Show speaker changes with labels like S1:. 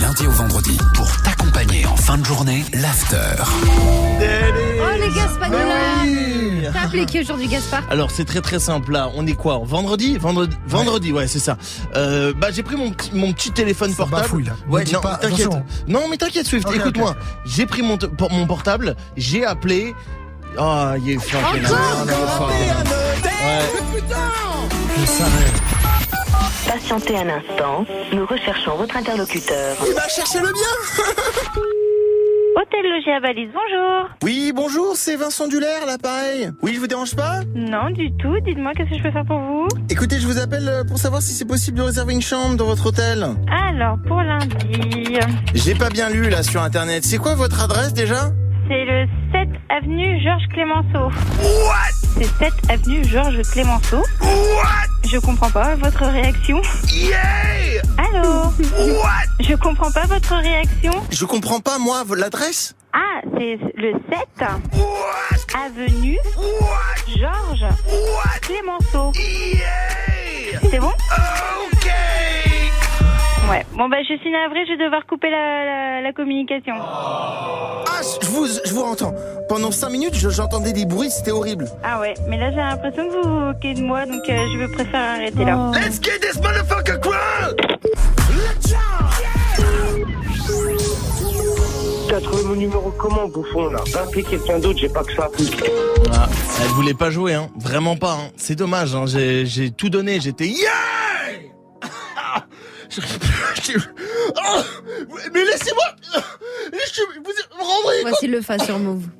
S1: lundi au vendredi pour t'accompagner en fin de journée, l'after.
S2: Oh les Gaspagnolins
S3: Oui.
S2: T'as appelé qui aujourd'hui Gaspard
S3: Alors c'est très très simple là, on est quoi Vendredi Vendredi Vendredi, ouais, c'est ça. Euh, bah j'ai pris mon, petit- mon petit téléphone
S4: Ça
S3: portable.
S4: bafouille, là. Ne
S3: Ouais,
S4: dis
S3: non,
S4: pas,
S3: t'inquiète.
S4: attention. hein.
S3: Non, mais t'inquiète Swift,
S4: Ok,
S3: écoute-moi.
S4: ok,
S3: J'ai pris mon, te- por- mon portable, j'ai appelé Ah, il est flanqué là.
S2: Encore
S3: Non, non, non, non. Ouais.
S4: Je savais.
S5: Patientez un instant, nous recherchons votre interlocuteur.
S6: Hôtel logé à Valise, bonjour.
S7: Oui, bonjour, c'est Vincent Dulaire, l'appareil. Oui, je vous dérange pas
S6: Non, du tout. Dites-moi, qu'est-ce que je peux faire pour vous
S7: Écoutez, je vous appelle euh, pour savoir si c'est possible de réserver une chambre dans votre hôtel.
S6: Alors, pour lundi,
S7: J'ai pas bien lu là sur internet. C'est quoi votre adresse déjà
S6: c'est le 7 avenue Georges Clémenceau. What C'est 7 avenue Georges Clémenceau. What Je comprends pas votre réaction.
S7: Yeah
S6: Allô What Je comprends pas votre réaction.
S7: Je comprends pas moi v- l'adresse.
S6: Ah, c'est le 7 avenue Georges Clémenceau. C'est bon Ouais. Bon bah je suis navrée, je vais devoir couper la, la, la communication.
S7: Ah, je vous, je vous entends. Pendant 5 minutes, je- j'entendais des bruits, c'était horrible.
S6: Ah ouais, mais là j'ai l'impression que vous vous moquez de moi, donc euh, je vais préférer arrêter là.
S7: Let's get this motherfucker crowd
S8: T'as trouvé mon numéro comment, bouffon, là Va appeler quelqu'un d'autre, j'ai pas que ça.
S3: Ah, elle voulait pas jouer, hein. Vraiment pas, hein. C'est dommage, hein. J'ai, j'ai tout donné, j'étais yeah Je- je- Ah Mais laissez-moi Je- Vous me rendrez
S2: Voici le face sur Move.